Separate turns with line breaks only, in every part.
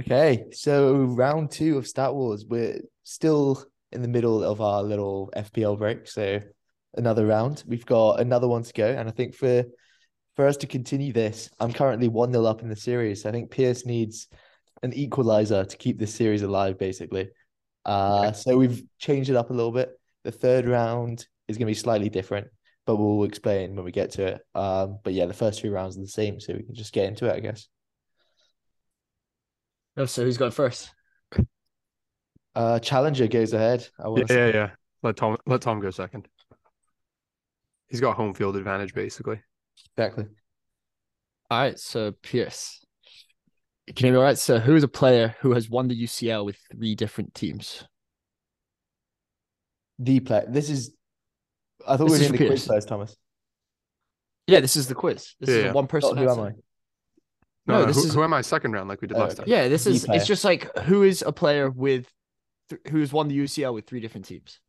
Okay, so round two of Stat Wars. We're still in the middle of our little FPL break, so another round. We've got another one to go, and I think for for us to continue this, I'm currently one 0 up in the series. I think Pierce needs an equalizer to keep this series alive, basically. Uh, So we've changed it up a little bit. The third round is going to be slightly different, but we'll explain when we get to it. Um, but yeah, the first two rounds are the same, so we can just get into it, I guess.
Oh, so who's going first?
Uh, Challenger goes ahead. I
Yeah,
want to
yeah, yeah. Let Tom let Tom go second. He's got home field advantage basically.
exactly.
All right, so Pierce. Can you be all right? So who is a player who has won the UCL with three different teams?
The player. This is. I thought
This
we
is
were doing
for
the quiz
Pierce.
first, Thomas.
Yeah, this is the quiz. This
Yeah.
is one person.
Not Oh, who
has
am I?
it.
No,
No,
no,
this
who,
is- Uh,
who am I second round like we did
Oh,
last
okay.
time?
Yeah, this
The
is
player.
it's just like who is a player with th- who's won the UCL with three different teams?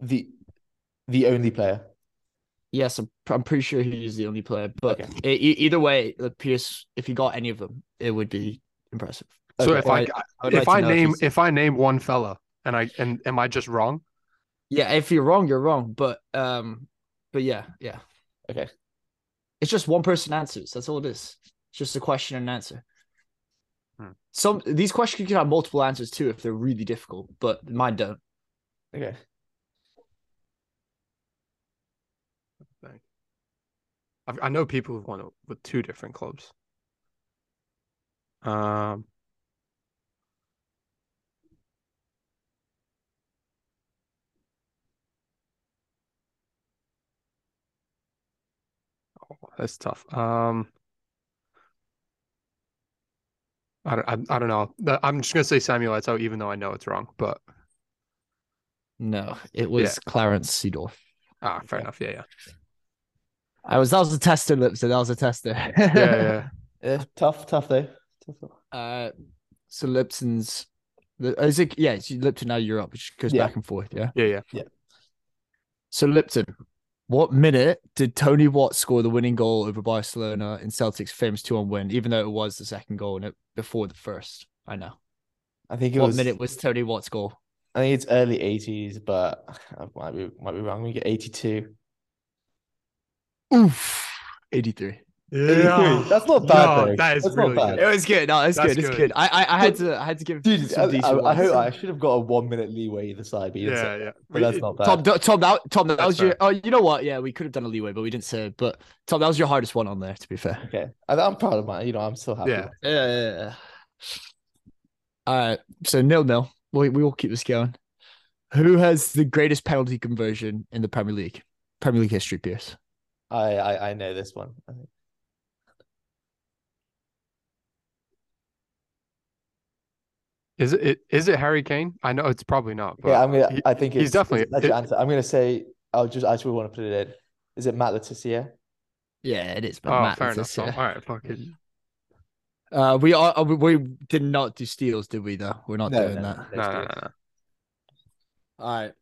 The, the only player.
Yes, I'm, I'm pretty sure he is the only player, but
Okay.
e- e- either way, like Pierce, if he got any of them, it would be impressive.
So
Okay.
if I,
I would
if
like
I
to know
name
he's-
if I name one fella and I and am I just wrong?
yeah, if you're wrong, you're wrong, but um, but yeah, yeah,
Okay.
It's just one person answers. That's all it is. It's just a question and answer.
Hmm.
Some these questions can have multiple answers too if they're really difficult, but mine don't.
Okay.
i I know people who've won it with two different clubs. Um, oh, that's tough. Um, I don't, I, I don't know. That- I'm just gonna say Samuel Eto'o, even though I know it's wrong. But
No, it was Clarence Seedorf.
ah, fair
Okay.
enough. Yeah, yeah,
I was that was a tester, Lipson. That was a tester.
yeah, yeah. yeah.
Yeah, Uh, tough, tough though. Tough, tough.
Uh, so Lipson's, the- is it? Yeah, it's Lipton now Europe, which goes
Yeah.
back and forth. Yeah.
Yeah, yeah.
So Lipton, what minute did Tony Watt score the winning goal over Barcelona in Celtic's famous two-on win? Even though it was the second goal and it before the first. I know.
I think it
What
was.
minute was Tony Watt's goal?
I think it's early eighties, but I might be might be wrong. We get eighty two.
Oof, eighty-three.
That's not bad.
No,
though.
that is
That's
really
not
good.
bad.
It was good. No, it's
That's
good. It's
good.
good. I, I, I had to, I had to give
Dude,
some
I,
decent
I, I
ones.
hope I should have got a one minute leeway either side, but you didn't say
yeah,
that.
yeah.
But that's not bad.
Tom, do- Tom, that, Tom, that
That's
was your.
fair.
Oh, you know what? Yeah, we could have done a leeway, but we didn't say. it. But Tom, that was your hardest one on there. To be fair.
okay, I, I'm proud of mine. You know, I'm still happy.
Yeah.
Yeah, yeah, yeah. All right. So nil nil. We we will keep this going. Who has the greatest penalty conversion in the Premier League? Premier League history, Pierce.
I, I I know this one. I think.
Is it, it is it Harry Kane? I know it's probably not, but
Yeah, I'm gonna.
he-
I think
he's
it's,
definitely-
It's, that's your
it-
answer. I'm gonna say. I'll just. I actually want to put it in. Is it Matt Letizia?
Yeah, it is. But
oh,
Matt
fair
is
enough.
this,
Tom.
yeah.
All right, fuck it.
Uh, we are uh, we, we did not do steals, did we? Though we're not doing that.
No, no, no, no.
All right.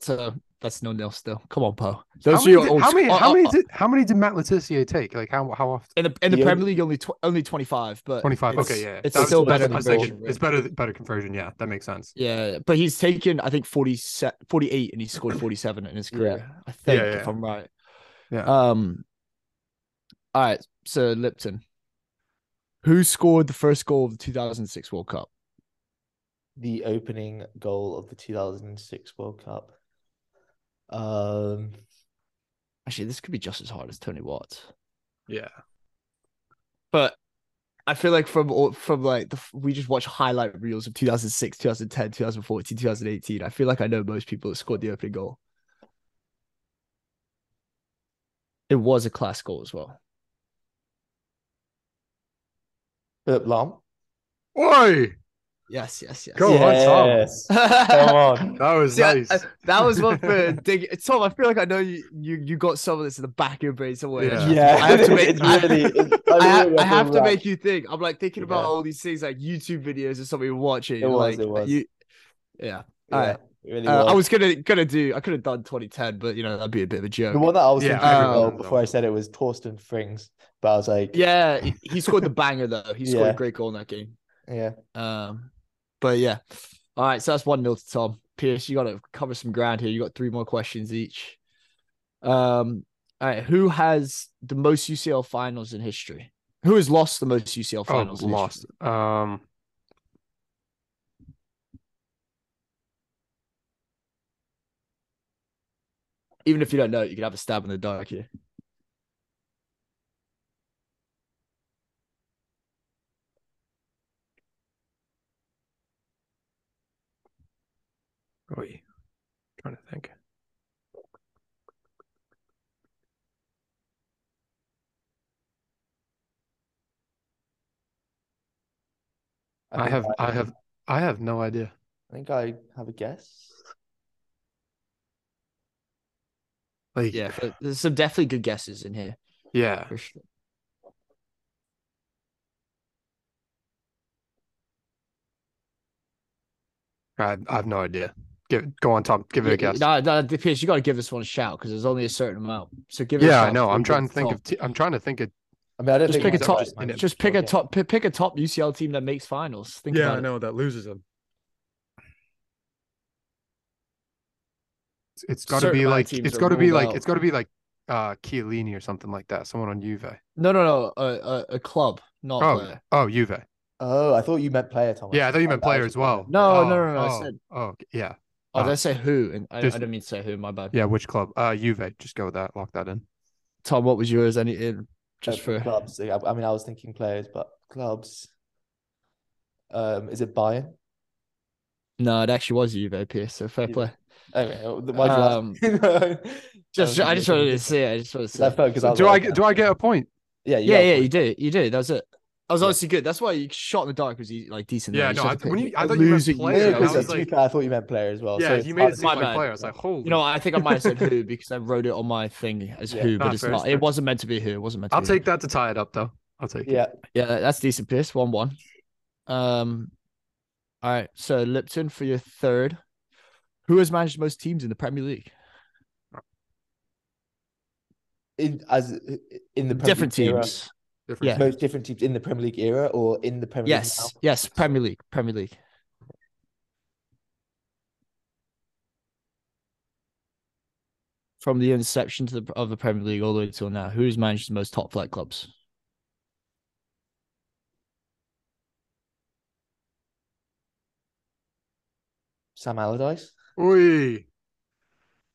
So that's nil nil still. Come on, Poe.
How
Those are
many,
your
did,
old
how
sc-
many,
uh,
how
uh,
many
uh,
did how many did Matt Letizia take? Like how how often?
in the in the
The
Premier League only tw- only twenty five, but
Twenty five.
it's-
Okay, yeah. yeah.
it's
That was-
still
that's
better
what I was
conversion
thinking.
rate.
It's better better conversion. Yeah, that makes sense.
Yeah, but he's taken I think 40, se- 48 and he scored 47 in his
Yeah.
career. I think
yeah,
if
yeah.
I'm right.
Yeah.
Um All right, so Lipton. Who scored the first goal of the 2006 World Cup?
The opening goal of the 2006 World Cup. Um,
Actually, this could be just as hard as Tony Watt.
Yeah.
But I feel like from all- from like the, f- we just watch highlight reels of 2006, 2010, 2014, 2018. I feel like I know most people that scored the opening goal. It was a class goal as well.
Philip Lahm.
Oi!
Yes, yes, yes.
Go on, Tom.
Come on.
That was
See, I-
nice.
I- that was one for dig. Tom, I feel like I know you. You, you got some of this in the back of your brain somewhere.
Yeah.
Yeah.
I have to make-
It's
I-
really- it's-
I, ha-
really
I have to
wrapped.
make you think. I'm like thinking about
Yeah.
all these things, like YouTube videos or something you're watching.
It
you're
was,
like,
it was.
You, yeah.
Yeah,
All right.
it really
Uh, I
was.
was gonna gonna do. I could have done 2010, but you know that'd be a bit of a joke.
The one that I was
Yeah,
thinking
I
about
remember that
before I
one.
said it was Torsten Frings, but I was like,
um, Yeah, he- he scored the banger though. He scored
Yeah.
a great goal in that game.
yeah,
Um, but yeah. All right, so that's one nil to Tom. Pierce, you got to cover some ground here. You got three more questions each. Um, all right, who has the most UCL finals in history? Who has lost the most UCL
Oh,
finals? in history?
lost. Um,
Even if you don't know, it, you can have a stab in the dark here.
wait, trying to think. I
think
have, I have, I have no idea.
I think I have a guess.
Like,
Yeah, but there's some definitely good guesses in here
yeah.
for sure.
I, I have no idea. Give, go on, Tom. Give it a guess.
No, no, Pierce, you got to give this one a shout because there's only a certain amount. So give it. a
yeah,
shout
I know.
before
I'm
we get
trying to think
Tom.
of. T- I'm trying to think of.
I mean, I don't
Just
think
pick a
mine's
top.
just mine.
Just pick a
Okay.
top. pi- Pick a top UCL team that makes finals. Think about it.
that loses him. It's got to
Certain
be
amount of
like.
teams
It's
are
got to be
ruled
like.
out.
It's got to be like. Uh, Chiellini or something like that. Someone on Juve.
No, no, no. A, a, a club, not
Oh,
player.
oh, Juve.
Oh, I thought you meant player, Thomas.
Yeah, I thought you meant
that was
player
your
as well.
comment.
No,
Oh,
no, no, no, I
oh,
said-
Oh, yeah,
Oh,
Ah.
did I say who? And I,
Just-
I don't mean to say who. My bad.
yeah. Which club? Uh, Juve. Just go with that. Lock that in.
Tom, what was yours? Any in just
Uh,
for?
clubs. I, I mean, I was thinking players, but clubs. Um, is it Bayern?
No, it actually was Juve, Pierce. So fair
Oh, Yeah.
play.
Okay, well, th-
Um,
why'd you ask?
Just,
Um,
I just wanted to see it. I just wanted to see.
That
It.
felt because I was
do I
like,
get? Do I get a point?
Yeah, you
Yeah,
got
yeah,
it.
you did, you did. That was it. I was
Yeah.
honestly good. That's why you shot in the dark was e- like decent.
Yeah,
there.
no,
just
I-
have to
when
pick
you- I
a
thought you meant
losing
player,
Yeah,
Yeah,
UCL
I was
because
team.
to
like-
be fair, I thought you meant player as well.
yeah,
so
you
it's
made it
hard-
seem
my
like
bad.
player. I was like, holy.
You know, what, I think I might have said who because I wrote it on my thing as
Yeah.
who,
Nah,
but it's
fair,
not.
fair.
It wasn't meant to be who. It wasn't meant to
I'll
be.
take that to tie it up, though. I'll take it.
Yeah,
Yeah, that- that's decent, Pierce. One one. Um, all right. So Lipton for your third. Who has managed most teams in the Premier League?
in, as in the Premier
Different
League era,
teams.
Different
Yeah.
team.
most different teams in the Premier League era or in the Premier League now?
Yes, yes. Premier League, Premier League. From the inception to the of the Premier League all the way till now, who's managed the most top flight clubs?
Sam Allardyce.
Oi.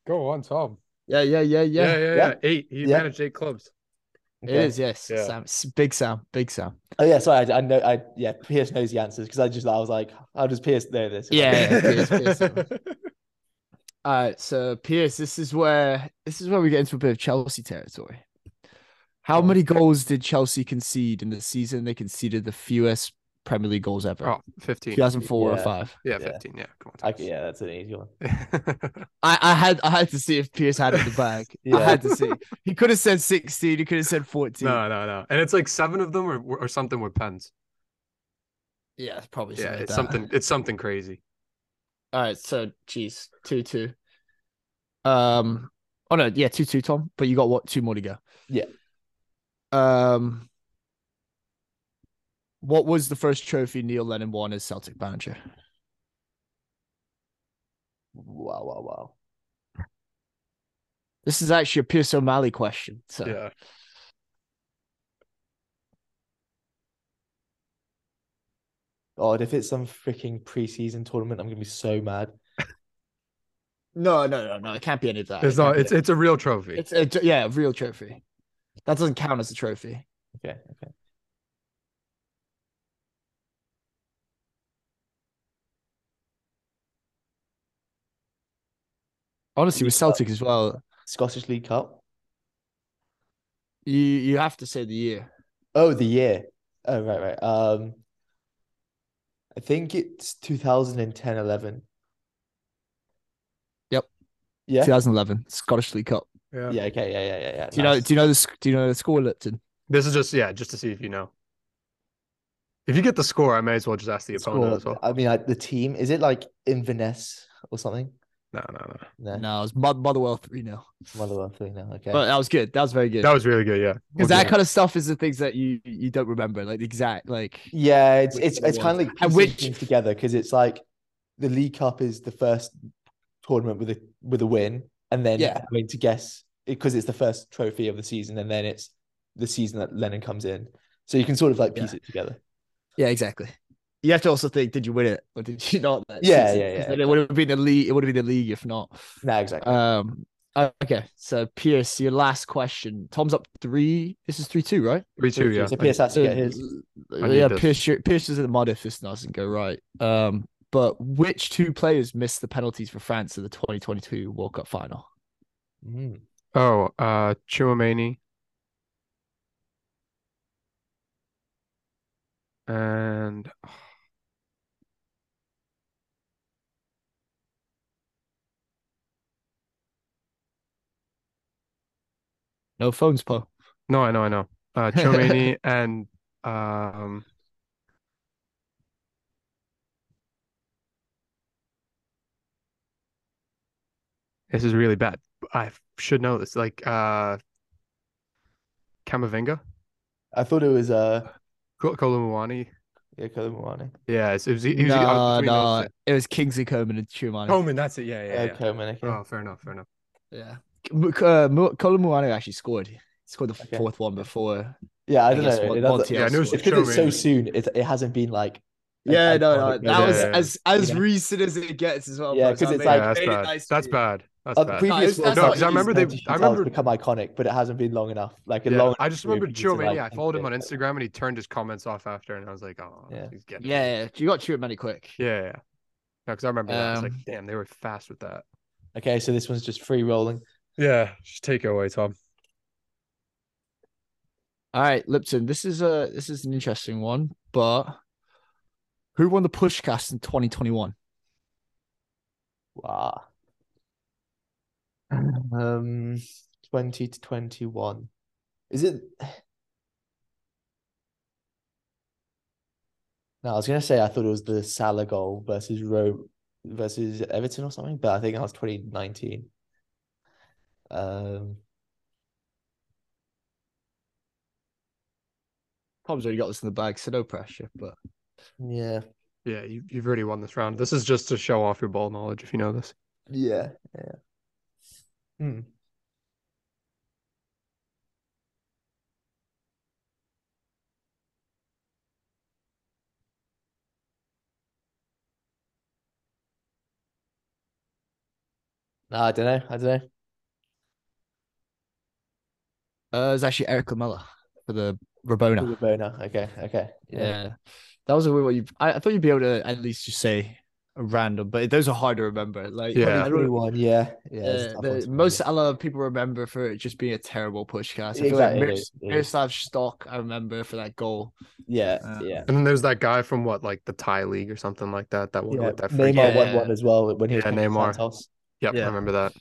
Go on, Tom.
Yeah, yeah, yeah,
Yeah, yeah, yeah.
Yeah.
Eight. He
Yeah.
managed eight clubs.
It
Okay.
is, yes.
Yeah.
Sam, s- big Sam, big Sam.
Oh yeah, sorry. I, I know. I yeah. Pierce knows the answers because I just I was like, how does Pierce know this? And I-
Yeah, yeah, Pierce, Pierce, Sam. All right, so Pierce, this is where this is where we get into a bit of Chelsea territory. How
Go on.
many goals did Chelsea concede in the season they conceded the fewest Premier League goals ever?
Oh, 15.
2004 or
Yeah.
5.
Yeah,
Yeah.
15. Yeah, come on.
I- yeah, that's an easy one.
I, I had I had to see if Pierce had it in the bag.
Yeah.
I had to see. He could have said 16, he could have said 14.
no, no, no. And it's like seven of them or, or something with pens.
Yeah, it's probably
Yeah,
something. like
it's
that.
something. It's something crazy.
All right, so geez, 2-2. Um oh no, yeah, 2-2 Tom, but you got what two more to go.
Yeah.
Um What was the first trophy Neil Lennon won as Celtic manager?
Wow, wow, wow.
This is actually a Pierce O'Malley question. So
Yeah.
God, Oh, if it's some freaking preseason tournament, I'm gonna be so mad.
no, no, no, no, it can't be any of that.
It's
It can't
not.
be
It's it's a real trophy.
It's a, yeah, a real trophy. That doesn't count as a trophy.
Okay, okay.
Honestly, with
Yeah.
Celtic as well,
Scottish League Cup.
you you have to say the year.
Oh, the year. Oh, right, right. Um, I think it's 2010 11.
Yep.
Yeah.
2011 Scottish League Cup.
Yeah.
Yeah. Okay. Yeah. Yeah. Yeah. Yeah.
Do you know?
nice.
Do you know the? sc- Do you know the score, Lipton?
This is just yeah, just to see if you know. If you get the score, I may as well just ask the opponent as
Score.
well.
I mean, like the team is it like Inverness or something?
No, no, no.
No,
No, it was Mother- Motherwell three 0
Motherwell three now. Okay,
But that was good. That was very good.
That was really good. Yeah,
Because
We'll
that
do
kind of stuff is the things that you you don't remember, like the exact like.
yeah, it's
Which
it's
one
it's kind of like
And
piecing
which-
things together because it's like the League Cup is the first tournament with a with a win, and then
Yeah.
having to guess because it's the first trophy of the season, and then it's the season that Lennon comes in, so you can sort of like piece it together.
Yeah, exactly. You have to also think: Did you win it or did you not? That
Yeah,
season?
yeah,
'Cause
yeah,
Then it would have been the league. It would have been the league if not.
No, exactly.
Um. uh, Okay, so Pierce, your last question. Tom's up three. This is three two, right? Uh,
three two.
So-
Uh, Yeah,
so Pierce has to get his.
I need
yeah,
this.
Pierce, you're- Pierce is in the mud if this doesn't go right. Um, but which two players missed the penalties for France in the 2022 World Cup final?
Mm.
Oh, uh, Chouamani. And
No phones, Poe.
no, I know, I know. Uh, Chouamani and um, this is really bad. I should know this. Like, uh, Camavinga,
I thought it was uh,
Ko- Kolomouani.
yeah, Colomani.
Yeah, it's- it was. It was I was
No,
between those
no,
two.
it was Kingsley Coman and Chumani.
Coleman, that's it. Yeah, yeah,
Yeah,
yeah.
Coleman, okay.
Oh, fair enough, fair enough.
Yeah, Mu- uh, Mu- Colin Muano actually scored. He scored the
Okay.
fourth one before.
Yeah, I don't
guess
know.
Mon-
It doesn't-
Montiel
Yeah, I know it's
scored.
It's because it's so
Showing-
soon. It, it hasn't been like. an
Yeah, no, no,
iconic
that
moment.
was
yeah,
as as
Yeah.
recent as it gets as well.
Yeah,
folks.
'cause
I
it's
mean,
like-
yeah, that's
made it
bad.
nice for
that's
you.
bad. That's
Uh, the
bad.
pre-
previous
it's- that's
World
not
Cups,
easy.
these
remember
they- I
competitions have
remember-
become iconic, but it hasn't been long enough. Like a
Yeah,
long.
I just
enough for
remembered
people to,
Chouamani. I
like,
followed him on
think of it.
Instagram and he turned his comments off after, and I was like, oh,
Yeah.
he's getting it.
Yeah, yeah, you got to it many quick.
Yeah, yeah, yeah. No, because I remember that. I was
Um,
like, damn, they were fast with that.
Okay, so this one's just free rolling.
Yeah, just take it away, Tom.
All right, Lipton. This is a this is an interesting one, but who won the Pushcast in 2021?
Wow. Um, twenty to twenty-one. Is it? No, I was gonna say I thought it was the Salah goal versus Rome versus Everton or something, but I think that was twenty nineteen. Um,
Tom's already got this in the bag, so no pressure. But
yeah,
Yeah, you, you've already won this round. This is just to show off your ball knowledge, if you know this.
yeah, yeah. Hmm. No, I don't know. I don't know.
uh, it's actually Eric Lamella for the Rabona.
Ooh, Rabona. Okay, okay.
Yeah, that was a weird one. You, I, I thought you'd be able to at least just say a random, but those are hard to remember. Like,
Yeah.
I don't-
Everyone, yeah, yeah.
uh,
it's a tough one
the,
to
most
remember.
other people remember for it just being a terrible pushcast. I feel
Exactly,
like
it
Miros-
is, it is.
Miroslav Stock, I remember for that goal.
yeah,
uh,
yeah.
And then there's that guy from what, like the Thai league or something like that, that won
Yeah,
with that freak.
Neymar won
Yeah.
one as well when he was
Yeah,
playing for
Neymar.
Santos.
Yep,
Yeah.
I remember that.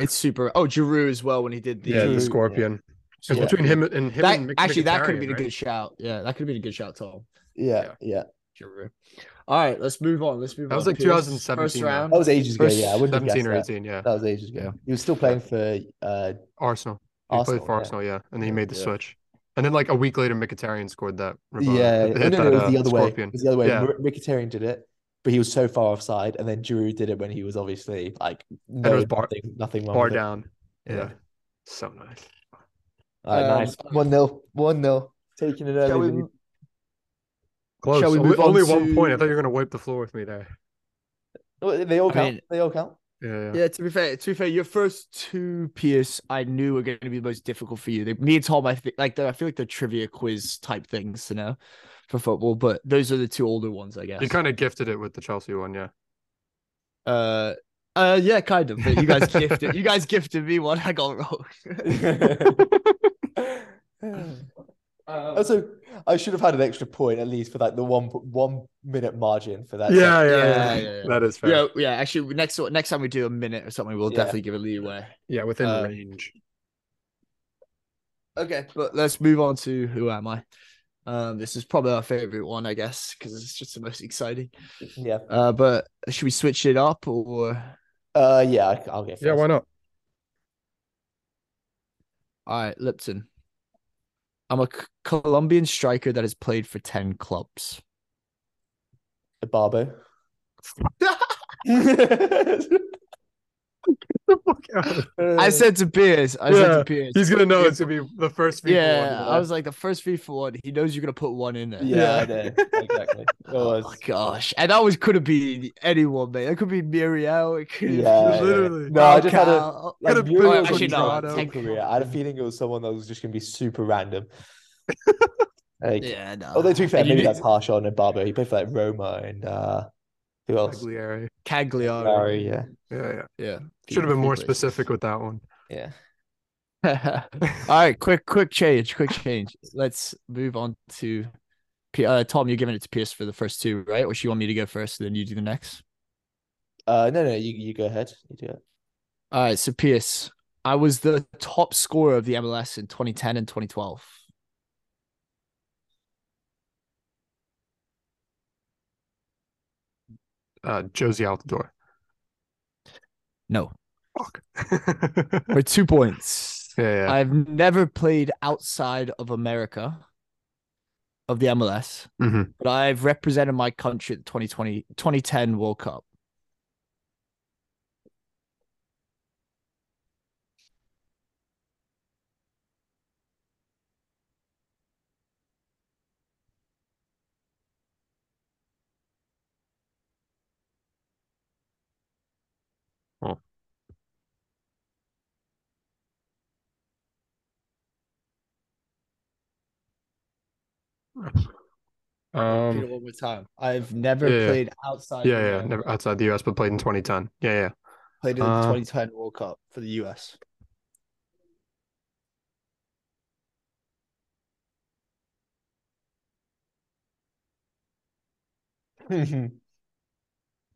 It's super. Oh, Giroud as well when he did the.
Yeah,
Giroud, yeah.
the scorpion. It was
Yeah.
between him and him.
That,
and Mk-
actually, that could have
Mkhitaryan,
been a
right?
good shout. Yeah, that could have been a good shout, Tom.
Yeah, yeah.
Yeah.
Giroud. All right, let's move on. Let's move
That
on.
was like
Pierce,
2017
First
though.
round.
That was ages ago.
First
Yeah, I wouldn't have guessed
17 or
that.
18, yeah.
That was ages ago.
Yeah.
He was still playing for uh
Arsenal. He
Arsenal.
played for Arsenal, yeah. And then he
Yeah,
made the
yeah.
switch. And then like a week later, Mkhitaryan scored that.
Yeah,
Rabona-
yeah.
hit
no, no,
that,
no, it was the
uh,
other way.
scorpion.
It was the other way.
Yeah.
Yeah. Mkhitaryan did it, but he was so far offside, and then Giroud did it when he was obviously like no,
was bar-
nothing, nothing wrong
Bar
with it.
down.
Yeah.
Yeah. So nice.
All right,
Um,
nice. One 0 one 0 Taking it
Shall
early.
we-
lead.
Close.
Shall we
only
move on
only one point. I
to-
thought you were gonna wipe the floor with me there.
Oh, They all
I
count.
mean-
They all count.
Yeah. yeah.
Yeah, to be fair, to be fair, your first two Pierce I knew were going to be the most difficult for you. They, me and Tom, I think, like they're- I feel like they're trivia quiz type things, you know, for football. But those are the two older ones, I guess.
You kind of gifted it with the Chelsea one, yeah.
uh, uh, yeah, kind of. But you guys gifted, you guys gifted me one. I got wrong. Um,
Also, I should have had an extra point at least for like the one one minute margin for that.
yeah, yeah,
yeah,
yeah,
yeah, yeah.
That is fair.
yeah, yeah. Actually, next next time we do a minute or something, we'll
Yeah.
definitely give a leeway.
Yeah, within
Uh,
range.
Okay, but let's move on to who am I? Um, this is probably our favorite one, I guess, because it's just the most exciting.
yeah,
Uh, but should we switch it up or?
uh, yeah. I- I'll get.
Yeah, why not?
All right, Lipton. I'm a C- Colombian striker that has played for ten clubs.
the Barbo.
The fuck out of-
I said to Piers. I said
Uh, Yeah,
to Piers.
He's gonna know it's gonna be the first FIFA
Yeah,
one.
I was like the first three for one. He knows you're gonna put one in there.
yeah, I
Yeah.
know. exactly. It
Oh
was-
my gosh, and that was could have been anyone, mate. It could be Muriel. It could
Yeah, yeah.
Literally.
No, I just had a
Falcao.
like,
Could've been
Muriel
actually
couldn't
no,
drive
take-
her career. I had a feeling it was someone that was just gonna be super random. like,
Yeah, no.
although to be fair,
And you
maybe
knew-
that's harsh on Barbo. He played for like Roma and uh, who else?
Cagliari.
Cagliari.
Sorry, yeah,
Yeah, yeah.
Yeah.
Should have been more specific with that one.
yeah.
All right, quick, quick change, quick change. Let's move on to P- uh, Tom. You're giving it to Pierce for the first two, right? Or she want me to go first, then you do the next.
Uh, no, no, you you go ahead. You do it.
All right, so Pierce, I was the top scorer of the MLS in 2010 and 2012.
Uh, Josie Altador.
No,
Fuck.
for two points.
yeah, yeah.
I've never played outside of America of the MLS,
Mhm.
but I've represented my country at the 2020 2010 World Cup. Repeat it
Um,
one more time. I've never
yeah, yeah.
played outside. of
yeah, yeah.
America.
Never outside the US, but played in 2010. Yeah, yeah.
played in the
Uh,
2010 World Cup for the US.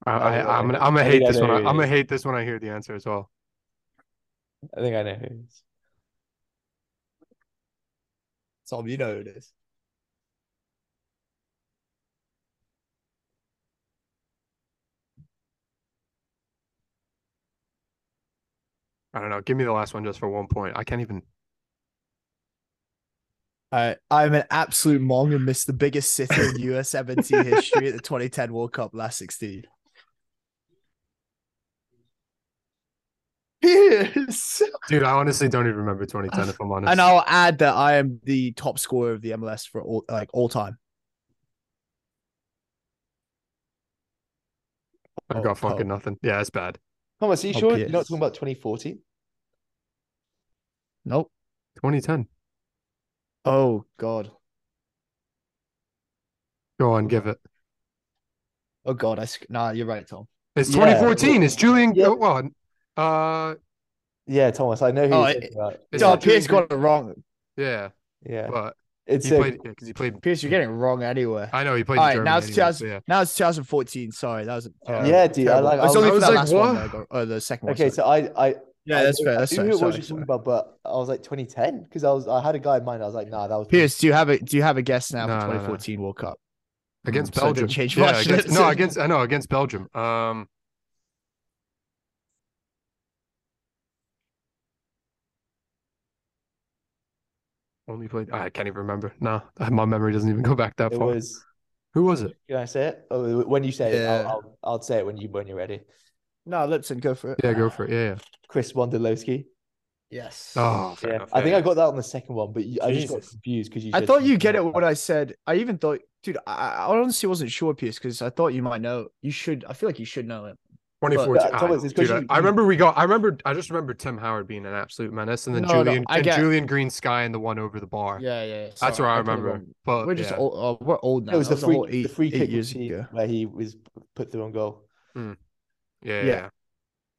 I,
Oh,
I,
right.
I'm gonna, I'm gonna
I think
hate
I
this
know
one. I,
who
am
it
gonna
is.
hate this when I hear the answer as well.
I think I know who it is.
Tom, you know who it is.
I don't know. Give me the last one just for one point. I can't even.
All right. I'm an absolute mong and missed the biggest sitter in US 17 history at the 2010 World Cup last 16. Pierce.
Dude, I honestly don't even remember 2010 if I'm honest.
And I'll add that I am the top scorer of the MLS for all like all time.
I've
Oh,
got fucking nothing. Yeah, that's bad.
Thomas, are you
Oh,
sure you're not
Pierce.
talking about 2014?
Nope.
2010.
Oh God.
Go on, give it.
Oh God. I sc- nah. You're right, Tom.
It's
Yeah.
2014. It's Julian.
Yeah.
Well, uh,
Yeah, Thomas, I know who
Oh,
you're
it-
talking about.
it's
Tom,
not Julian
Pierce got it wrong.
yeah,
Yeah,
but
it's
he
a,
played because he played.
Pierce, you're getting it wrong anyway.
I know he played.
All
in
right,
Germany
now it's
anyway,
2000
so yeah.
now it's 2014. Sorry, that was
Yeah.
yeah, dude. I
terrible.
like. I was-
It's only
I
for
was
that
like,
last one.
"What?"
that I got- Oh, the second one.
okay,
sorry.
so I, I,
yeah,
I
that's
knew-
fair. That's
I knew
fair.
who it was you're
sorry,
talking
sorry.
about, but I was like 2010 because I was, I had a guy in mind. I was like, nah, that was
Pierce, do you have a do you have a guess now for
No, no, no.
2014 World Cup?
against
Mm, so I didn't
Belgium.
change
yeah,
much.
against, no, against I know against Belgium. Um, only played. I can't even remember. No, my memory doesn't even go back that
It
far.
was.
Who was it?
Can I say it? Oh, when you say it,
Yeah.
I'll, I'll, I'll say it when you when you're ready.
No, Lipson, go for it.
Yeah, go for it. Yeah, yeah.
Chris Wondolowski.
Yes.
Oh, fair
Yeah,
enough.
I
Yeah,
think
yeah.
I got that on the second one, but you, I just got
Jesus.
confused because you.
I
said
thought you get it
2010.
what I said. I even thought, dude, I, I honestly wasn't sure, Pierce, because I thought you might know. You should. I feel like you should know it.
2014.
But, uh, Thomas,
I,
it's
dude,
because
I, I
you-
remember we got. I remember. I just remember Tim Howard being an absolute menace, and then
No, no,
Julian
I
and
get-
Julian Green Sky and the one over the bar.
Yeah, yeah.
That's
sorry,
where I
put it
remember.
wrong.
But
We're just
yeah.
old. Uh, we're old now.
It was
That
the free,
whole eight,
the free
eight
kick was
years
he-
ago.
where he was put through on goal.
yeah,
yeah.
yeah.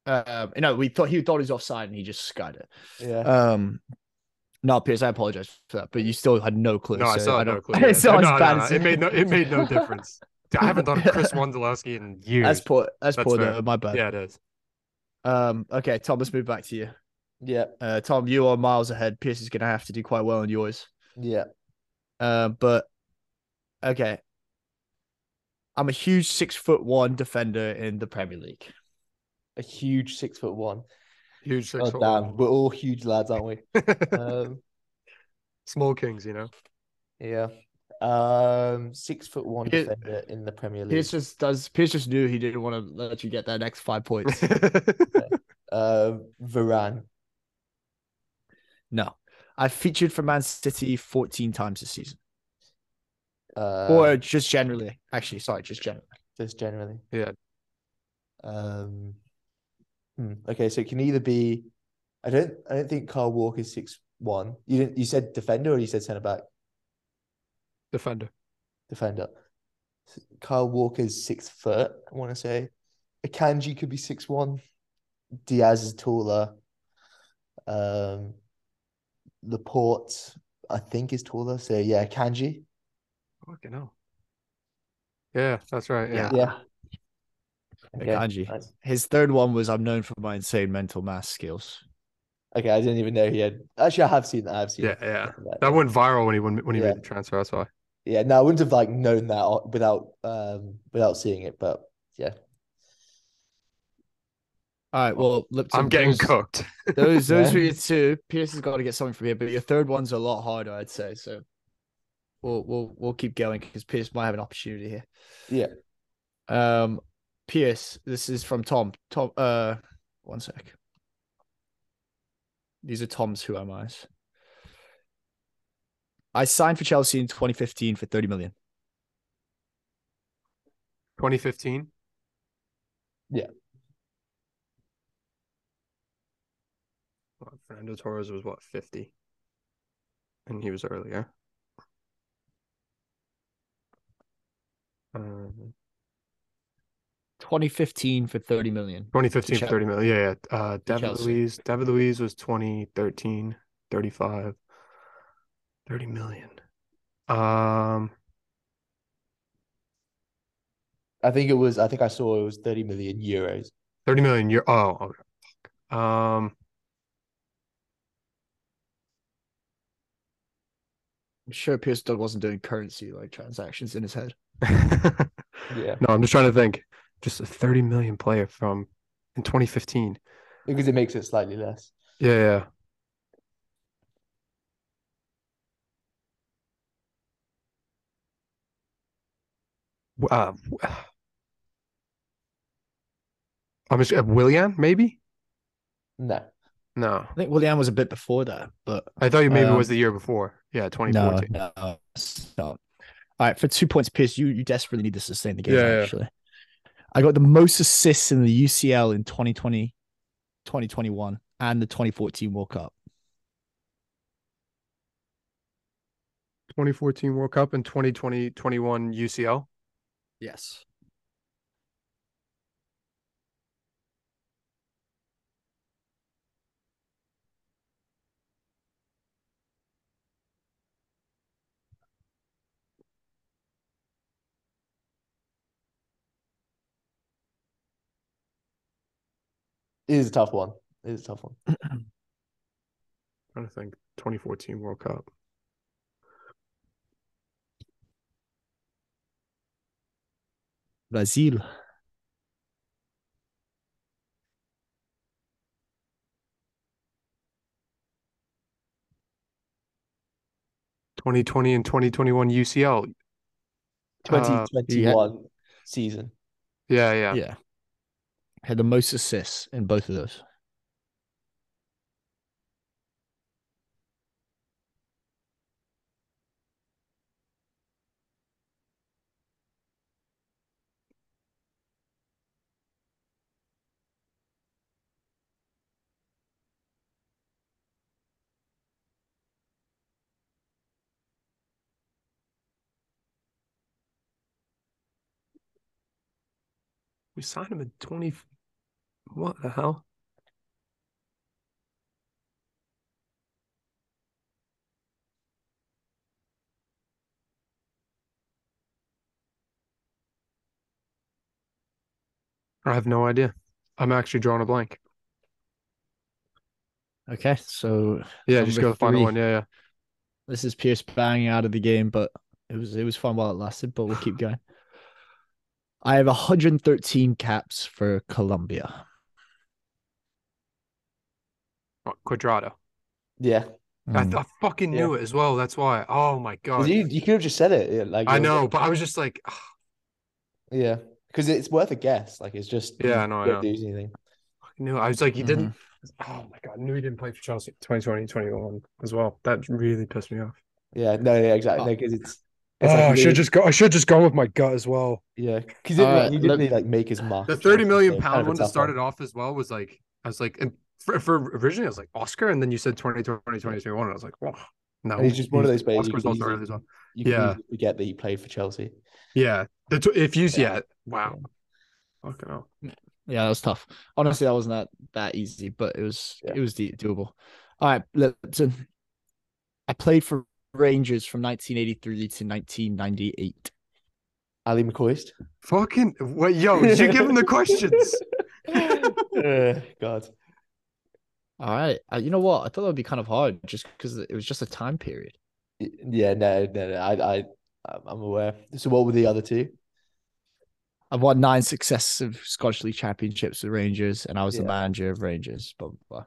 Um, no, we thought he thought he was offside and he just skied it.
Yeah,
Um, No, Pierce, I apologize for that, but you still had no clue.
No, I
so
still had
don't-
no clue.
It
yeah.
sounds
no,
bad,
no, no,
isn't
It
it?
made no it made no difference. I haven't done a Chris Wondolowski in years.
That's poor. That's,
That's
poor.
fair.
Though, my bad.
yeah, it is.
Um. Okay, Tom. Let's move back to you.
Yeah,
Uh, Tom, you are miles ahead. Pierce is going to have to do quite well on yours.
yeah.
Uh, but okay, I'm a huge six foot one defender in the Premier League.
A huge six foot one.
Huge six
Oh,
foot
damn,
one.
we're all huge lads, aren't we? um,
Small kings, you know.
yeah. Um, six foot one
Here-
defender in the Premier League.
Pierce just does. Pierce just knew he didn't want to let you get that next five points.
Um, Varane.
no, I featured for Man City 14 times this season,
Uh,
or just generally. Actually, sorry, just generally.
just generally.
Yeah.
Um. hmm, Okay, so it can either be. I don't. I don't think Carl Walker's six one. You didn't. You said defender, or you said centre back
Defender.
defender. S- Kyle Walker's six foot. I want to say. Akanji could be six one. Diaz is taller. Um. Laporte, I think, is taller. So yeah, Kanji.
Fucking hell. Yeah, that's right. Yeah.
Yeah. Okay.
Akanji.
nice.
His third one was I'm known for my insane mental math skills.
Okay, I didn't even know he had. Actually, I have seen that. I've seen.
Yeah, yeah.
that.
That went viral when he won, when he
Yeah.
made the transfer. That's why.
Yeah, no, I wouldn't have like known that o- without um without seeing it, but yeah,
All right, well, Lipton,
I'm getting
those-
cooked.
Those those
Yeah.
were your two. Pierce has got to get something from here, but your third one's a lot harder, I'd say. So we'll we'll we'll keep going because Pierce might have an opportunity here.
Yeah.
Um, Pierce, this is from Tom. Tom, uh, one sec. These are Tom's Who Am I's. I signed for Chelsea in 2015 for 30 million.
2015.
Yeah.
Well, Fernando Torres was what 50, and he was earlier. Um,
2015 for 30 million.
2015
Chel-
30 million. Yeah, yeah. Uh, David
Chelsea.
Luiz. David Luiz was 2013, 35, 30 million. Um,
I think it was. I think I saw it was thirty million euros.
30 million. You're oh, okay. Fuck. um,
I'm sure Pierce Doug wasn't doing currency like transactions in his head.
Yeah,
No, I'm just trying to think. Just a 30 million player from in 2015.
because it makes it slightly less.
Yeah, yeah. W- Uh, w- I'm just uh, Willian, maybe?
No,
No,
I think Willian was a bit before that, but
I thought you maybe it was
Um,
the year before. Yeah, 2014.
No, no, stop. All right, for two points, Pierce, you, you desperately need to sustain the game,
Yeah, yeah.
actually. I got the most assists in the UCL in 2020, 2021, and the 2014 World Cup.
2014 World Cup and 2020 21 UCL.
Yes.
it is a tough one. It is a tough one.
Uh, trying to think 2014 World Cup.
Brazil.
Twenty twenty and twenty twenty one UCL.
Twenty
Uh,
twenty one season.
yeah, yeah,
Yeah. Had the most assists in both of those.
We signed him in twenty. What the hell? I have no idea. I'm actually drawing a blank.
Okay, so
Yeah, just
Number
go with the final
three.
one. Yeah, yeah.
this is Pierce banging out of the game, but it was it was fun while it lasted. But we'll keep going. I have 113 caps for Colombia.
What, Quadrato.
Yeah,
Oh, I,
Mm.
I fucking knew it as well. That's why. Oh my
'Cause
god.
you you could have just said it. yeah, Like
I
it was-
know, but I was just like, "Ugh,
Yeah, because it's worth a guess. Like it's just you
Yeah, I know, I
don't
know.
lose anything.
I knew. I was like, he didn't. Oh my god, I knew he didn't play for Chelsea 2020, 21 as well. That really pissed me off.
Yeah, no, yeah, exactly.
Oh.
because it's, it's
Oh,
like
I
you
should
really-
just go. I should just go with my gut as well.
yeah, because
All right,
you
let-
didn't like make his mark.
The
at Chelsea,
30 million
so kind
pound
of a
one to
tough
start it off as well was like, I was like, and for, for originally, I was like Oscar, and then you said 2020, 2021. And I was like, oh, no.
And he's just one of those players you
Oscar's
can
also
easily-
early as well.
You can
Yeah.
easily forget that he played for Chelsea.
Yeah. The tw- if you,
Yeah.
yeah. Wow. Fucking hell.
Mm-hmm. Yeah, that was tough. Honestly, that wasn't that that easy, but it was
Yeah.
it was de- doable. All right, Lipton. I played for Rangers from 1983 to 1998.
Ali McCoist.
Fucking, wait, yo, did you give him the questions?
Uh, God.
All right, uh, you know what? I thought that would be kind of hard just because it was just a time period.
Y- Yeah, no, no, no. I, I, I'm- I'm aware. So, what were the other two?
I've won nine successive Scottish League championships with Rangers, and I was the
Yeah.
manager of Rangers. Blah blah. blah.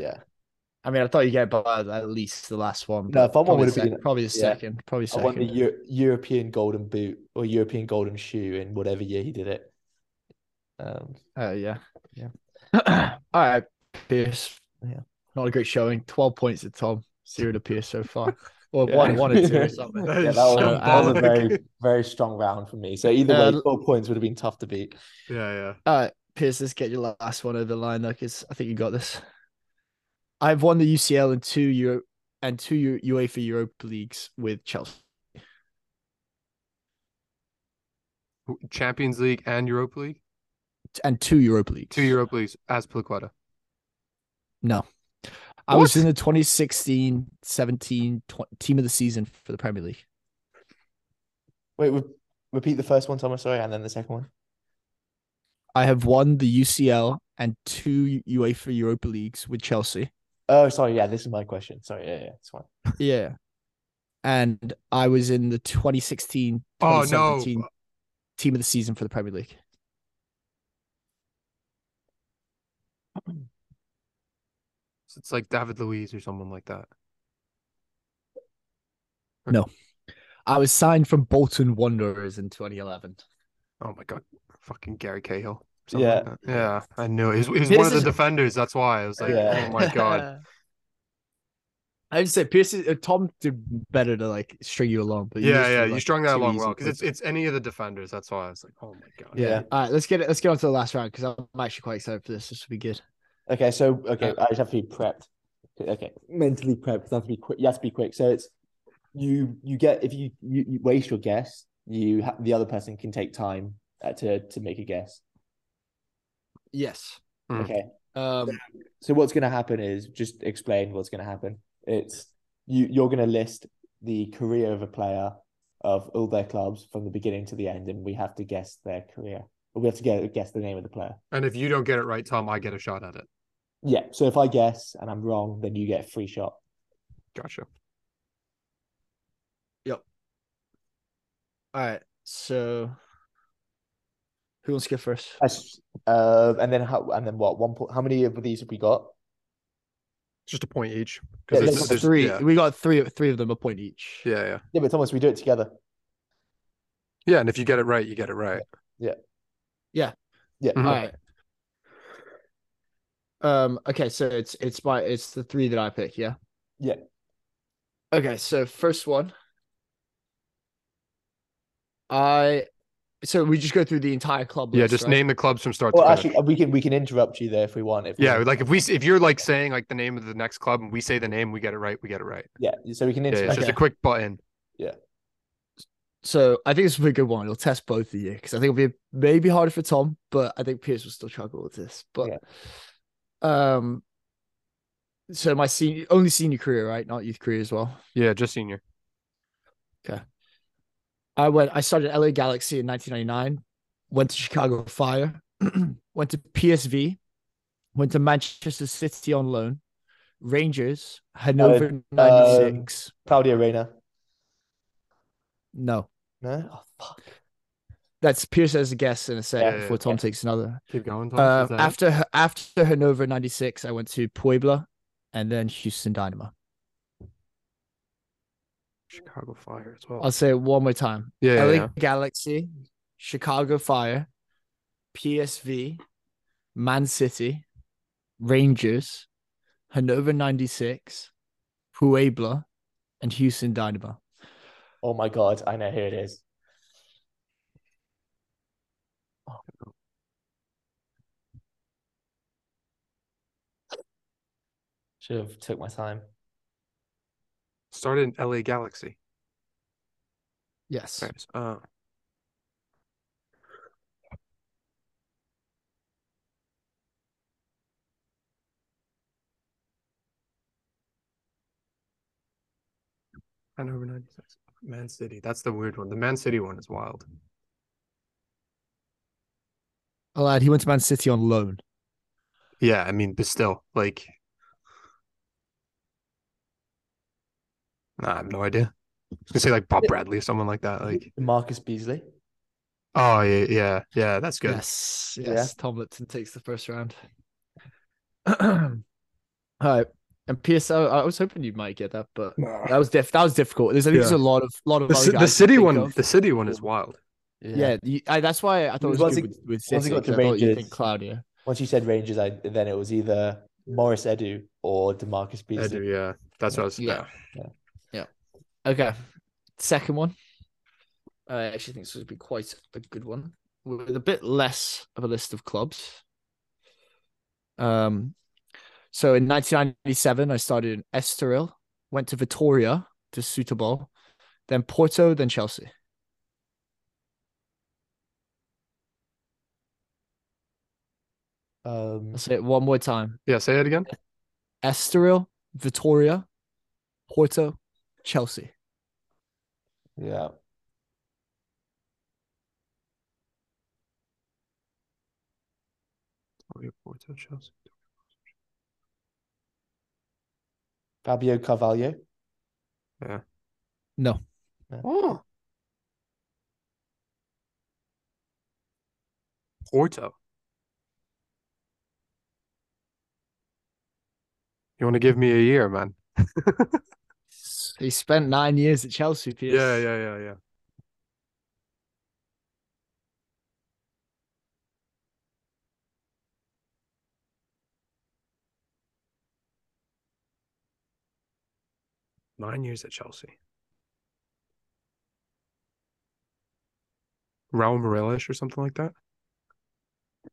Yeah,
I mean, I thought you get by at least the last one.
No,
but
fun one
probably
would've
the sec-
been-
probably the
yeah.
second, probably
I won the
second.
Euro- European Golden Boot or European Golden Shoe in whatever year he did it. Um,
Uh, yeah,
Yeah.
All right, Pierce.
Yeah.
not a great showing. Twelve points to Tom, zero to Pierce so far. Well,
Yeah.
one, one or two or something.
That
yeah, that
is
was,
so
that was a
bad.
very, very strong round for me. So either
Yeah,
way, four points would have been tough to beat.
Yeah, yeah.
All right, Pierce, let's get your last one over the line, though, because I think you got this. I've won the UCL and two Euro and two U- UEFA Europa Leagues with Chelsea.
Champions League and Europa League.
and two Europa Leagues.
Two Europa Leagues as Plaqueta.
No. I was
What?
in the 2016 17 tw- team of the season for the Premier League.
Wait, re- repeat the first one, Thomas. Sorry, and then the second one.
I have won the UCL and two UEFA Europa Leagues with Chelsea.
Oh, sorry. Yeah, this is my question. Sorry. Yeah, yeah, it's fine.
Yeah. And I was in the 2016
Oh, no.
2017 team of the season for the Premier League.
So it's like David Luiz or someone like that.
I was signed from Bolton Wanderers in 2011.
Oh my god, fucking Gary Cahill.
something like
yeah, yeah, I knew. it. He's, he's
This
one of the
is-
defenders. That's why I was like,
Yeah.
oh my god.
I just said Pierce, is- uh, Tom did better to like string you along, but you
Yeah,
just
yeah,
did,
you
like,
strung that
too
along
easy
well because
for-
it's it's any of the defenders. That's why I was like, oh my god.
Yeah.
All right, let's get it. Let's get on to the last round because I'm actually quite excited for this. This will be good.
Okay, so okay, I just have to be prepped. Okay, Uh, mentally prepped. 'cause I have to be quick. You have to be quick. So it's you. You get if you you, you waste your guess, you ha- the other person can take time uh, to to make a guess.
Yes.
Mm.
Okay.
Um.
So what's going to happen is just explain what's going to happen. It's you. You're going to list the career of a player of all their clubs from the beginning to the end, and we have to guess their career. We have to get, guess the name of the player.
And if you don't get it right, Tom, I get a shot at it.
Yeah. So if I guess and I'm wrong, then you get a free shot.
Gotcha.
All right. So, who wants to go first?
That's- Uh, and then how? And then what? One point. How many of these have we got?
Just a point each.
Yeah,
Because
there's
it's,
like
there's-
three.
Yeah.
We got three. Three of them a point each.
yeah, yeah,
Yeah, but Thomas, we do it together.
yeah. And if you get it right, you get it right.
Yeah.
Mhm.
All right. Um. Okay. So it's it's my it's the three that I pick. Yeah.
Yeah.
Okay. So first one. I. So we just go through the entire club.
Yeah,
list,
just
right?
name the clubs from start
Well,
to finish.
actually, we can we can interrupt you there if we want. If we
yeah,
want.
like if we s- if you're like saying like the name of the next club and we say the name, we get it right. We get it right.
yeah. So we can
Yeah, it's
interrupt.
just
Okay.
a quick button.
So I think this will be a good one. It'll test both of you because I think it'll be maybe harder for Tom, but I think Pierce will still struggle with this. But um, so my senior only senior career, right? Not youth career as well.
Yeah, just senior.
I went. I started LA Galaxy in 1999. Went to Chicago Fire. went to PSV, went to Manchester City on loan, Rangers,
Uh, um,
Hanover '96.
Claudio Reyna.
no,
No? Oh, fuck.
that's Pierce as a guess in a sec
Yeah, yeah,
before Tom takes another.
Keep going, Tom.
Uh,
Is that it?
after after Hanover '96, I went to Puebla, and then Houston Dynamo.
Chicago Fire as well.
I'll say it one more time:
yeah, yeah,
LA
yeah.
Galaxy, Chicago Fire, PSV, Man City, Rangers, Hanover '96, Puebla, and Houston Dynamo.
Oh my God. I know who it is. Should have took my time.
Started in LA Galaxy.
Yes,
Nice. Uh, Hanover 96. Man City. That's the weird one. The Man City one is wild.
oh, lad, he went to Man City on loan.
Yeah, I mean, but still, like, nah, I have no idea. I was gonna say like Bob Bradley or someone like that. Like,
Marcus Beasley.
oh yeah, yeah, yeah, that's good.
Yes,
Yeah.
yes. Tomlinson takes the first round. All right, and PSL. I was hoping you might get that, but that was diff. That was difficult. There's, I think there's a
Yeah.
lot of lot of
The,
other
ci- the
guys to
city
think
one,
of.
the city one is wild.
Yeah, you- I, that's why I thought it was
Once
good
it-
with, with
once it
City.
got to
'cause I thought you
Rangers-
think Claudio.
Once you said Rangers, I then it was either Morris Edu or Demarcus
I
Beasley.
do, yeah. That's what I was.
Yeah.
Yeah.
Okay, second one. I actually think this would be quite a good one with a bit less of a list of clubs. Um, so in 1997, I started in Estoril, went to Vitoria to Sutabol, then Porto, then Chelsea.
Um, Um,
I'll say it one more time:
Yeah. Say it again.
Estoril, Vitoria, Porto, Chelsea.
yeah.
Oh,
Fabio Carvalho.
No,
Oh. Porto. You want to give me a year, man?
he spent nine years at Chelsea. Piers.
Yeah, yeah, yeah, yeah. Nine years at Chelsea. Raul Morelis or something like that.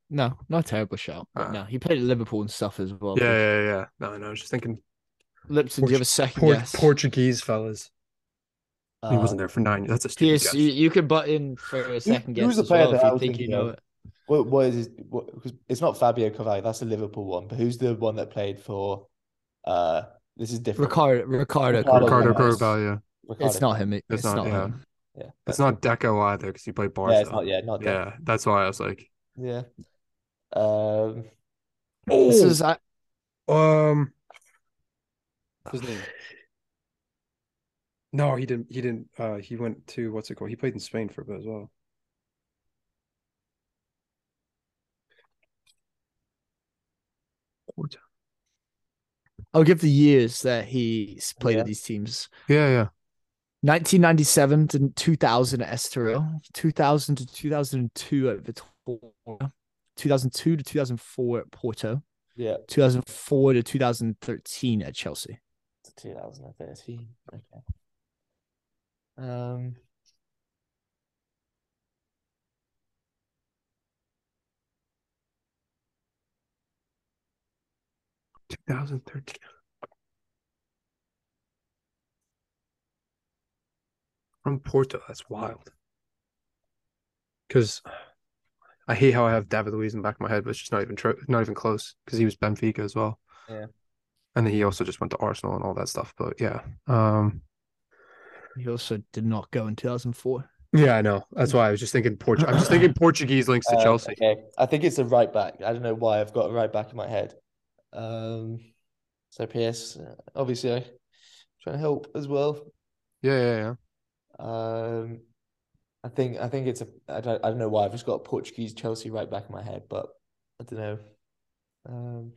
No, not a terrible shout. but
Ah.
no, he played at Liverpool and stuff as well.
Yeah, yeah, yeah. No, no, I was just thinking
Lipton, do you have a second
Por-
guess?
Portuguese fellas.
Uh,
he wasn't there for nine years. That's a stupid
Yes, you, you can butt in for a second guess.
who's the
as
player
well
that
if
I
you
was
think you
thinking
know
of?
it.
Um, What, what is his, what, 'cause it's not Fabio Carvalho. That's the Liverpool one. But who's the one that played for? Uh, this is different.
Ricardo, Ricardo,
Ricardo
Carvalho.
Ricardo
Carvalho.
Carvalho. yeah.
Ricardo.
It's not him. it- It's,
It's
not,
not, yeah.
him.
Yeah,
It's
that's-
not Deco either because he played Barca.
Yeah, it's not. Yeah, not.
Yeah, that's why I was like,
Yeah. Um.
This is I,
um,
His name.
no, he didn't. He didn't. Uh, he went to what's it called? He played in Spain for a bit as well.
I'll give the years that he s- played
Yeah.
at these teams.
Yeah, yeah.
1997 to 2000 at Estoril, 2000 to 2002 at Vitória, 2002 to 2004 at Porto,
Yeah.
2004 to 2013 at Chelsea.
2013. Okay. Um.
Two thousand thirteen. From Porto, that's wild. Because I hate how I have David Luiz in the back of my head, but it's just not even true, not even close. Because he was Benfica as well.
Yeah.
and then he also just went to Arsenal and all that stuff. But yeah, um,
He also did not go in 2004.
Yeah, I know. That's why I was just thinking Portuguese. I'm just thinking Portuguese links to
Uh,
Chelsea.
Okay. I think it's a right back. I don't know why I've got a right back in my head. Um, so PS, uh, obviously, i trying to help as well.
Yeah, yeah, yeah.
Um, I think I think it's a I don't I don't know why I've just got Portuguese Chelsea right back in my head, but I don't know. Um,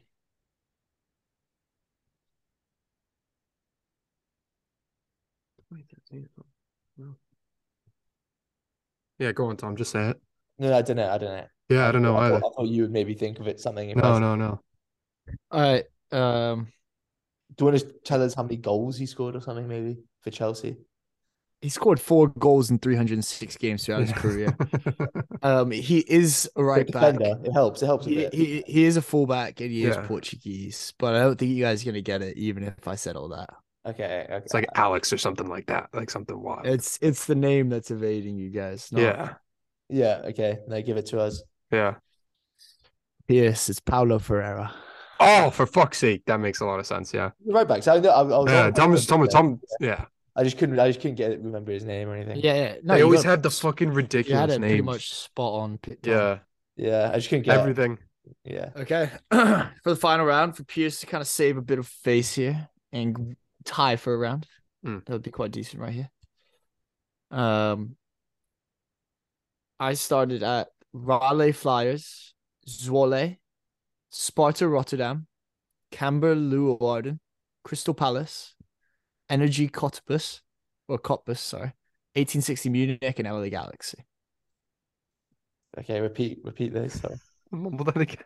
Yeah, go on, Tom. Just say it.
no, I don't know. I don't know.
Yeah, I don't know
I
either.
thought, I thought you would maybe think of it something. If I
No,
said-
no, no.
All right. Um,
Do you want to tell us how many goals he scored or something maybe for Chelsea?
he scored four goals in 306 games throughout his career. Um, he is a
Great
right back.
defender. It helps. It helps a
He,
bit.
he he is a fullback and he
Yeah.
is Portuguese, but I don't think you guys are gonna get it, even if I said all that.
Okay. Okay.
It's like Alex or something like that, like something wild.
It's it's the name that's evading you guys. Not
yeah,
yeah. Okay. Now give it to us.
yeah.
Yes, it's Paulo Ferreira.
Oh, for fuck's sake, that makes a lot of sense. Yeah,
Right back. So I, know- I, I was
yeah.
on-
Tom is Tom. Tom. Yeah,
I just couldn't. I just couldn't get remember his name or anything.
Yeah, yeah. No,
they
you
always
got-
had the fucking
you had
ridiculous
it pretty
names.
much spot on. Pit Tom.
yeah,
Yeah. I just couldn't get.
everything.
Yeah.
Okay. for the final round, for Pierce to kind of save a bit of face here and tie for a round,
Mm.
that would be quite decent right here. Um, I started at Raleigh Flyers, Zwolle, Sparta Rotterdam, Camber Leeuwarden, Crystal Palace, Energy Cottbus, or Cottbus, sorry, 1860 Munich, and LA Galaxy.
Okay. Repeat. Repeat those. Sorry.
Mumble that again.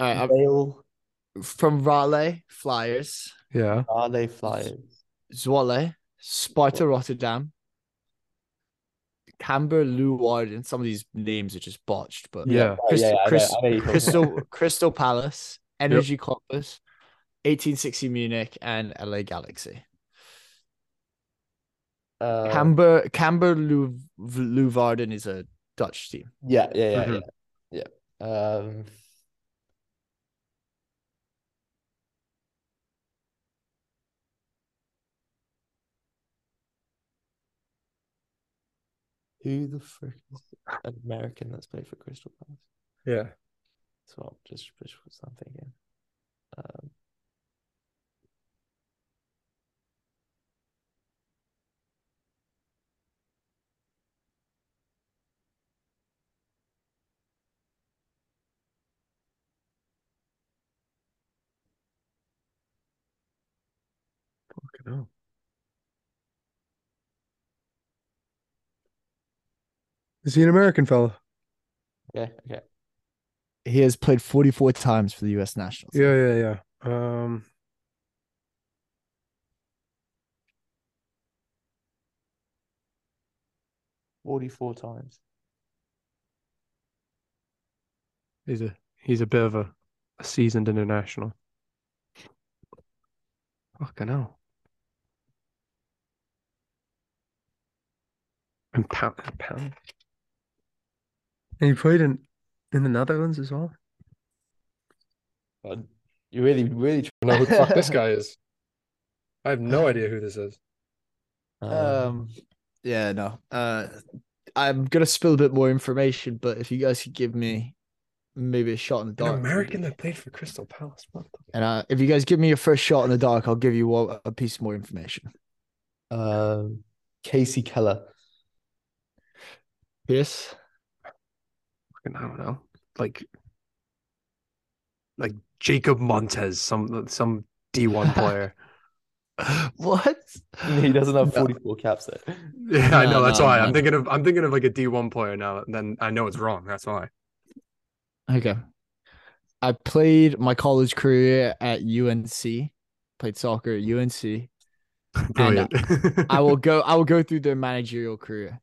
All right,
Vale,
I'm from Raleigh Flyers,
Yeah.
Raleigh Flyers.
Zwolle, Sparta Rotterdam, Camber Leeuwarden. Some of these names are just botched, but
Yeah.
Oh,
Chris-
yeah, I
Chris-
know, I know you're talking about-
Crystal Crystal Palace, Energy Cottbus, 1860 Munich, and LA Galaxy.
uh,
Camber Camber Leu- Leeuwarden is a Dutch team.
yeah, yeah, yeah,
Mhm.
yeah, yeah. Um, who the frick is an American that's played for Crystal Palace?
Yeah.
So I'm just just put something in. Um,
Fucking hell. Is he an American fella?
okay, okay.
He has played 44 times for the U.S. nationals.
Yeah, yeah, yeah. Um,
Forty-four times.
he's a he's a bit of a, a seasoned international. Fucking hell. And pound, pound. And he played in in the Netherlands as well.
God, you really, really. tr-
I don't know who the fuck this guy is. I have no idea who this is.
Um,
Um, yeah, no. Uh, I'm gonna spill a bit more information, but if you guys could give me maybe a shot in the
An
dark,
American that played for Crystal Palace. What the
and uh, if you guys give me your first shot in the dark, I'll give you one- a piece more information.
um, Casey Keller.
Yes,
fucking- I don't know. Like like Jacob Montez, some some D one player.
what?
He doesn't have
No.
44 caps though.
Yeah, I
No,
know. That's
no,
why I'm
no.
thinking of I'm thinking of like a D one player now. Then I know it's wrong. That's why.
Okay, I played my college career at UNC. Played soccer at UNC.
Brilliant.
I will go. I will go through their managerial career.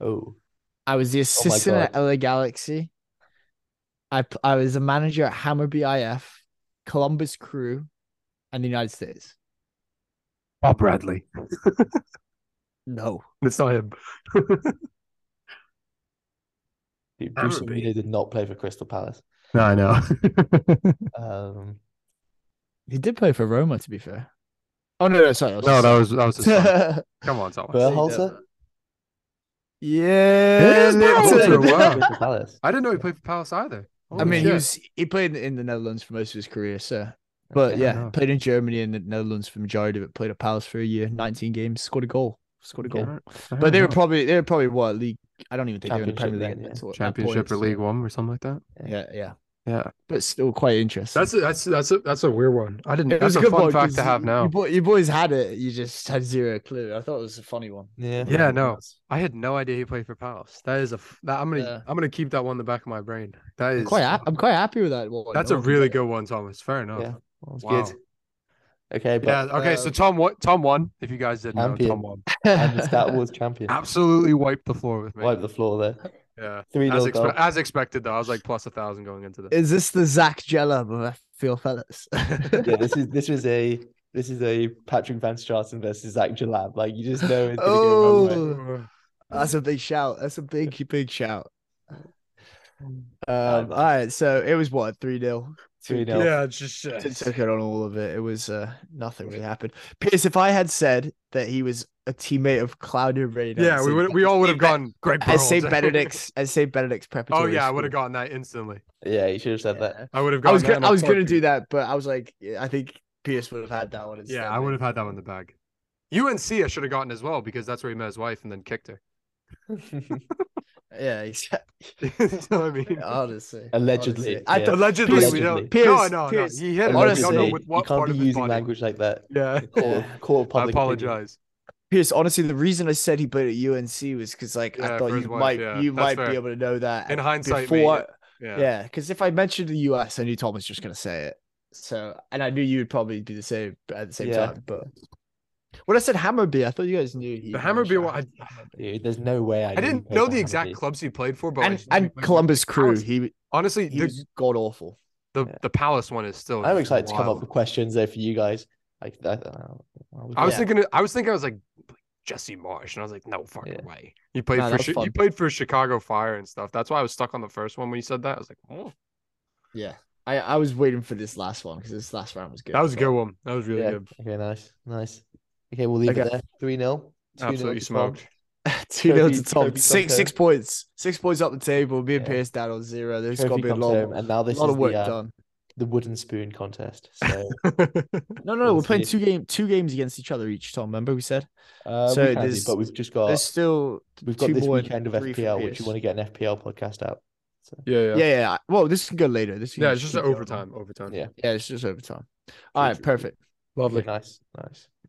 Oh,
I was the assistant
God.
at LA Galaxy. I p- I was a manager at Hammer BIF, Columbus Crew, and the United States.
Bob Bradley.
No.
It's not him.
dude,
That
Bruce
would be-
Arena did not play for Crystal Palace.
No, I know.
Um,
He did play for Roma, to be fair. Oh, no, no, sorry.
no, that was that was his son. Come on, someone.
Berhalter?
Yeah,
Palace.
Lipton.
After a while.
Crystal Palace.
I didn't know he played for Palace either.
I
Holy
mean, he
Oh, shit.
was he played in the Netherlands for most of his career, so. But
Okay.
yeah,
enough.
played in Germany and the Netherlands for majority of it. Played at Palace for a year, nineteen games, scored a goal, scored a
Okay.
goal.
Fair
But they were
enough.
probably they were probably what league? I don't even think they were in the Premier
Championship
League
then, yeah.
until at that
championship
point,
or
so-
League One or something like that.
Yeah, yeah,
Yeah,
but still quite interesting.
that's a, that's that's a that's a weird one. I didn't.
It
That's
was
a,
a good
fun
one
fact
'cause
to have
you-
now.
You, boy, you boys had it. You just had zero clue. I thought it was a funny one.
Yeah.
Yeah, no, I had no idea he played for Palace. That is a. f- That, I'm gonna
Yeah.
I'm gonna keep that one in the back of my brain. That
I'm
is
quite, ha- I'm quite happy with that one.
That's a really good one, Thomas. Fair enough.
Yeah. That was
Wow.
good. Okay, but
Yeah. Okay. So
Um,
Tom, what Tom won? If you guys didn't know,
Champion.
Tom won.
I'm the Star Wars champion.
Absolutely wiped the floor with me.
Wipe the floor there.
Yeah.
Three
As,
nil
expe-
goal.
as expected, though, I was like plus a thousand going into this.
Is this the Zach Jella of I feel fellas?
Yeah, this is this is a this is a Patrick Van Straten versus Zach Jalab. Like you just know it's gonna go the wrong way.
Oh. That's a big shout. That's a big, big shout. Um, all right, so it was what three 0
Three nil.
Yeah. It's just shit.
Took it on all of it. It was uh, nothing really happened. Pierce, if I had said that he was a teammate of Claudio Reyna,
Yeah. We would. We all would have gone. Great.
As St.
Berhalter."
Benedict's, as St. Benedict's
Oh
preparatory.
yeah, I would have
school.
gotten that instantly.
Yeah, you should have said that.
Yeah.
I would have
I
gotten.
was
that
gonna,
in a
I was gonna
heartbeat.
do that, but I was like, yeah, I think Pierce would have had that one. Instead.
Yeah, I would have had that one in the bag. UNC I should have gotten as well because that's where he met his wife and then kicked her.
Yeah, exactly.
you know what I mean?
Honestly,
Allegedly,
honestly. I
yeah.
thought
Allegedly, we
Allegedly.
don't.
Pierce,
no, no,
Pierce,
no. He hit her. We
Honestly,
don't know
Honestly,
what, what
you can't
part
be
of his
using
body.
language like that.
Yeah.
Court, court of
I
public opinion.
apologize.
Pierce. Honestly, the reason I said he played at UNC was because like
Yeah,
I thought
for his
you
wife,
might
yeah,
you
that's
might
fair.
be able to know that
In hindsight, mate,
before.
Yeah.
yeah, because if I mentioned the US, I knew Tom was just gonna say it. So, and I knew you would probably be the same at the same
Yeah.
time. But when I said Hammerby, I thought you guys knew he. uh,
The Hammerby one. I,
Dude, there's no way I,
I didn't
play
know
for
the
Hammerby.
exact clubs he played for, but I
and
just knew he
and
played for-
Columbus Crew,
Palace.
he
Honestly,
he
the,
was god awful.
the
yeah.
the Palace one is still.
I'm
just
excited to come up
wild.
with questions though for you guys. Like I, I,
I was
Yeah.
thinking. I was thinking. I was like Jesse Marsh, and I was like, no fucking
Yeah.
way. He played
Nah, that
for
was
Chi- he
fun.
played for Chicago Fire and stuff. That's why I was stuck on the first one when you said that. I was like, oh.
Yeah, I, I was waiting for this last one because this last round was good.
that was a
but-
good one. That was really
yeah.
good.
Okay, nice, nice. Okay, we'll leave
Okay.
it there. Three 0
Absolutely smoked.
Two nil to
Toby-
Tom.
Toby
Six
comes
six
home.
points. Six points up the table. Me and
Yeah.
Pierce down on zero. There's got to
Trophy
be a
comes
lot,
home, and now this
lot
is
of work
the, uh,
done.
the wooden spoon contest. So, uh,
No, no, no. We're
let's
playing
see.
two game two games against each other each. Tom, remember we said
uh,
So
we can do,
there's-
but we've just got
there's still
we've got
two
this
more and
weekend of
three for
FPL, which you
Pierce.
want to get an FPL podcast out. So
Yeah, yeah,
yeah yeah. yeah. Well, this can go later. This can
Yeah, It's just
keep
an
going.
overtime. Overtime.
Yeah.
Yeah, it's just overtime. All
True,
right,
true, true.
perfect.
okay,
Lovely.
nice, nice.